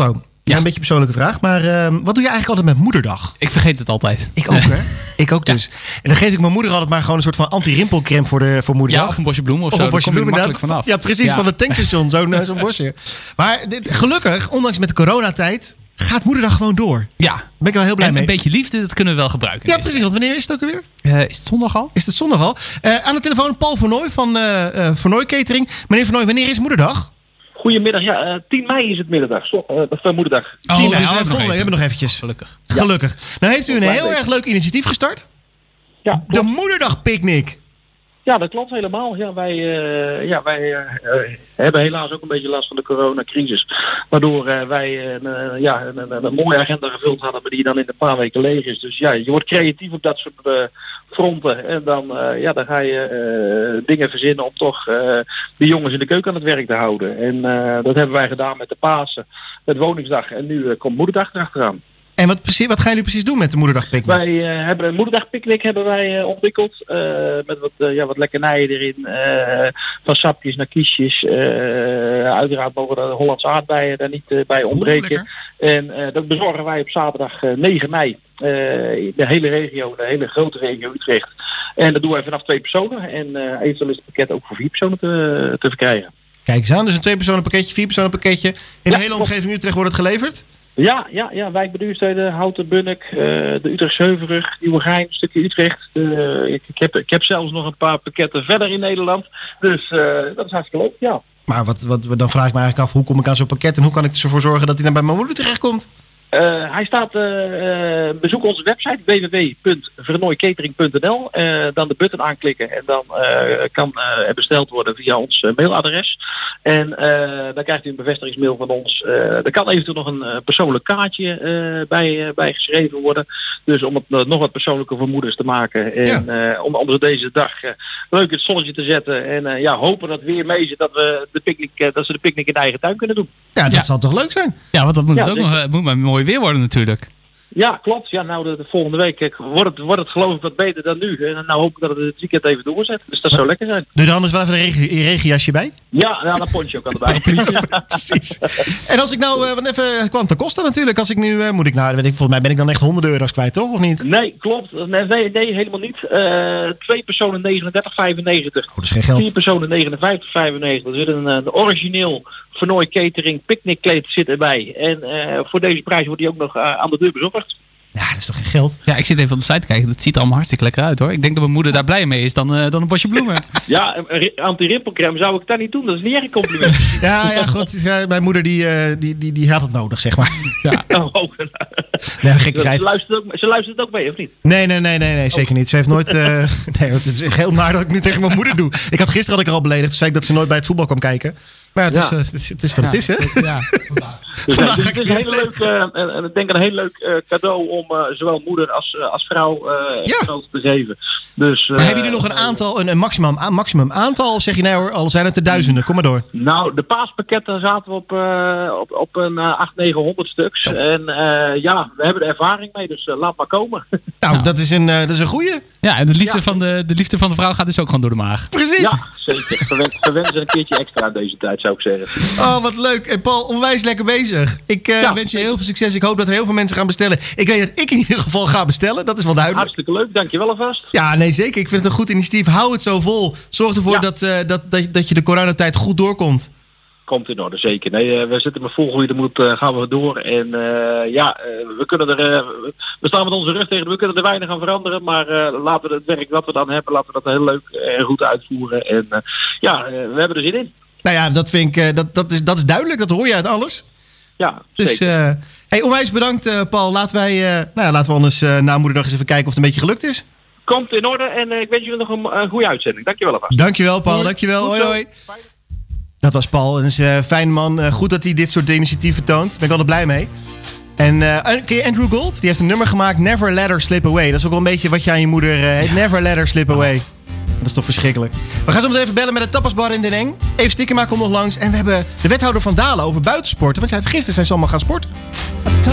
Otto, ja. Ja. een beetje een persoonlijke vraag, maar ehm, wat doe je eigenlijk altijd met moederdag? Ik vergeet het altijd. Ik ook, hè? Ik ook dus. En dan geef ik mijn moeder altijd maar gewoon een soort van anti-rimpelcreme voor, de, voor moederdag. Ja, of een bosje bloemen of, zo. een bosje Daar kom je bloemen, makkelijk inderdaad. vanaf. Ja, precies, van het tankstation, zo'n eh, zo'n bosje. Maar dit, gelukkig, ondanks met de coronatijd, gaat moederdag gewoon door. Daar Ja. ben ik wel heel blij En mee. een beetje liefde, dat kunnen we wel gebruiken. Dus, Ja, precies, want wanneer is het ook alweer? Eh, is het zondag al? Is het zondag al? Eh, aan de telefoon Paul Vernooy van eh eh Vernooy Catering. Meneer Vernooy, wanneer is moederdag? Goedemiddag, ja, eh, 10 mei is het middag, zo, eh, of eh, moederdag. Oh, Tien dus mei. Oh, we hebben nog volgende week even. hebben we nog eventjes. Gelukkig. Gelukkig. Nou heeft u een Klein heel beetje. erg leuk initiatief gestart. Ja, De moederdagpicknick. ja, dat klopt helemaal. Ja, wij eh, ja, wij eh, eh, hebben helaas ook een beetje last van de coronacrisis. Waardoor eh, wij een, eh, ja, een, een- een mooie agenda gevuld hadden, maar die dan in een paar weken leeg is. Dus ja, je wordt creatief op dat soort eh, fronten. En dan, eh, ja, dan ga je eh, dingen verzinnen om toch eh die jongens in de keuken aan het werk te houden. En eh, dat hebben wij gedaan met de Pasen, met Woningsdag en nu eh, komt Moederdag erachteraan. En wat, precies, wat gaan jullie precies doen met de moederdagpicknick? Wij eh, hebben een moederdagpicknick hebben wij eh, ontwikkeld. eh, met wat, eh, ja, wat lekkernijen erin. eh, van sapjes naar kiesjes. eh, uiteraard mogen de Hollandse aardbeien daar niet eh, bij ontbreken. En eh, dat bezorgen wij op zaterdag eh, 9 mei. eh, in de hele regio, de hele grote regio Utrecht. En dat doen wij vanaf twee personen. En eh eventueel is het pakket ook voor vier personen te, te verkrijgen. Kijk eens aan, dus een twee personen pakketje, vier personen pakketje. In de Ja, hele klopt. omgeving Utrecht wordt het geleverd. Ja, ja, ja, wijkbeduursteden, Houten, Bunnik, eh, de Utrechtse Heuvelrug, Nieuwegein, een stukje Utrecht. Eh, ik, ik, heb, ik heb zelfs nog een paar pakketten verder in Nederland. Dus eh, dat is hartstikke leuk, ja. Maar wat, wat, dan vraag ik me eigenlijk af, hoe kom ik aan zo'n pakket en hoe kan ik ervoor zorgen dat hij dan bij mijn moeder terechtkomt? Eh, hij staat, eh, eh, bezoek onze website www.vernooicatering.nl. Eh, dan de button aanklikken en dan eh, kan eh, er besteld worden via ons eh, mailadres. En eh, dan krijgt u een bevestigingsmail van ons. Eh, er kan eventueel nog een eh, persoonlijk kaartje eh, bij, eh, bij geschreven worden. Dus om het eh, nog wat persoonlijker voor moeders te maken. En eh, om, om er deze dag eh, leuk het zonnetje te zetten. En eh, ja, hopen dat weer mee zit dat, we de picknick, eh, dat ze de picknick in de eigen tuin kunnen doen. Ja, dat Ja. zal toch leuk zijn? Ja, want dat moet, Ja, het ook zeker. nog, het moet maar mooi weer worden natuurlijk. Ja, klopt. Ja, nou, de, de volgende week eh, wordt het, wordt het geloof ik wat beter dan nu. En nou hoop ik dat het het weekend even doorzet. Dus dat zou lekker zijn. Doe er anders wel even een regenjasje regenjasje bij. Ja, nou, een poncho kan erbij. Precies. En als ik nou, eh, want even Quanta Costa natuurlijk, als ik nu, eh, moet ik nou, weet ik, volgens mij ben ik dan echt honderden euro's kwijt, toch? Of niet? Oh, Nee, klopt. Nee, nee, nee, helemaal niet. Eh, twee personen 39,95. Oh, dat is geen Vier geld. personen 59,95. Er zit een, eh, origineel Vernooi Catering picknickkleed zit erbij. En eh, voor deze prijs wordt die ook nog eh, aan de deur bezorgd. Ja, dat is toch geen geld? Ja, ik zit even op de site te kijken. Dat ziet er allemaal hartstikke lekker uit hoor. Ik denk dat mijn moeder daar blij mee is dan, eh, dan een bosje bloemen. Ja, een ri- anti-rimpelcreme zou ik dat niet doen. Dat is niet echt een compliment. Ja, ja, goed. Ja, mijn moeder die, eh, die, die, die had het nodig, zeg maar. Oh, nou, Nee, ze, gekkigheid. luistert ook, ze luistert ook mee, of niet? Nee, nee, nee, nee, nee zeker niet. Ze heeft nooit. eh, nee, want het is echt heel naar dat ik nu tegen mijn moeder doe. Ik had gisteren had ik haar al beledigd. Toen zei ik dat ze nooit bij het voetbal kwam kijken. Maar ja, het, Ja. Is, eh, het, is, het is wat het is, hè? ja. Dus, Vandaag eh, ga dus het ik is een weer hele leuk, eh, en- en ik denk een heel leuk eh, cadeau om eh, zowel moeder als, eh, als vrouw eh Ja. cadeaus te geven. Dus, Maar hebben jullie nog een aantal, een, een maximum, a- maximum aantal? Of zeg je nou hoor, al zijn het er duizenden, kom maar door. Nou, de paaspakketten zaten we op, eh, op, op een eh, 800, 900 stuks. En eh, ja, we hebben er ervaring mee, dus eh, laat maar komen. Nou, Nou. Dat, is een, eh, dat is een goeie. ja, en de liefde, Ja. Van de, de liefde van de vrouw gaat dus ook gewoon door de maag. Precies. ja, zeker. Verwen, verwen ze een keertje extra uit deze tijd, zou ik zeggen. Oh, wat leuk. En Paul, onwijs lekker bezig. Ik eh, Ja. wens je heel veel succes. Ik hoop dat er heel veel mensen gaan bestellen. Ik weet dat ik in ieder geval ga bestellen. Dat is wel duidelijk. Hartstikke leuk, dankjewel alvast. Ja, nee, zeker. Ik vind het een goed initiatief. Hou het zo vol. Zorg ervoor Ja. dat, eh, dat, dat, dat je de coronatijd goed doorkomt. Komt in orde, zeker. Nee, eh, we zitten met volgroeide moed, eh, gaan we door. En eh, ja, eh, we kunnen er, eh, we staan met onze rug tegen, we kunnen er weinig aan veranderen. Maar eh, laten we het werk wat we dan hebben, laten we dat heel leuk en goed uitvoeren. En eh, ja, eh, we hebben er zin in. Nou ja, dat vind ik, eh, dat, dat, is, dat is duidelijk. Dat hoor je uit alles. Ja, Dus zeker. eh hey, onwijs bedankt, eh, Paul. Laten, wij, eh, nou ja, laten we anders eh, na moederdag eens even kijken of het een beetje gelukt is. Komt in orde en eh, ik wens jullie nog een eh, goede uitzending. Dankjewel alvast. Dankjewel, Paul. Dankjewel. Goed Hoi, zo. hoi. Dat was Paul. Dat is een fijn man. Eh, goed dat hij dit soort initiatieven toont. Daar ben ik altijd blij mee. En eh, en- ken je Andrew Gold? Die heeft een nummer gemaakt, Never Let Her Slip Away. Dat is ook wel een beetje wat je aan je moeder eh, heet. Never Let Her Slip Away. Dat is toch verschrikkelijk. We gaan zo meteen even bellen met de tapasbar in Den Eng. Even stikken maken, kom nog langs. En we hebben de wethouder van Dalen over buitensporten. Want ja, gisteren zijn ze allemaal gaan sporten. I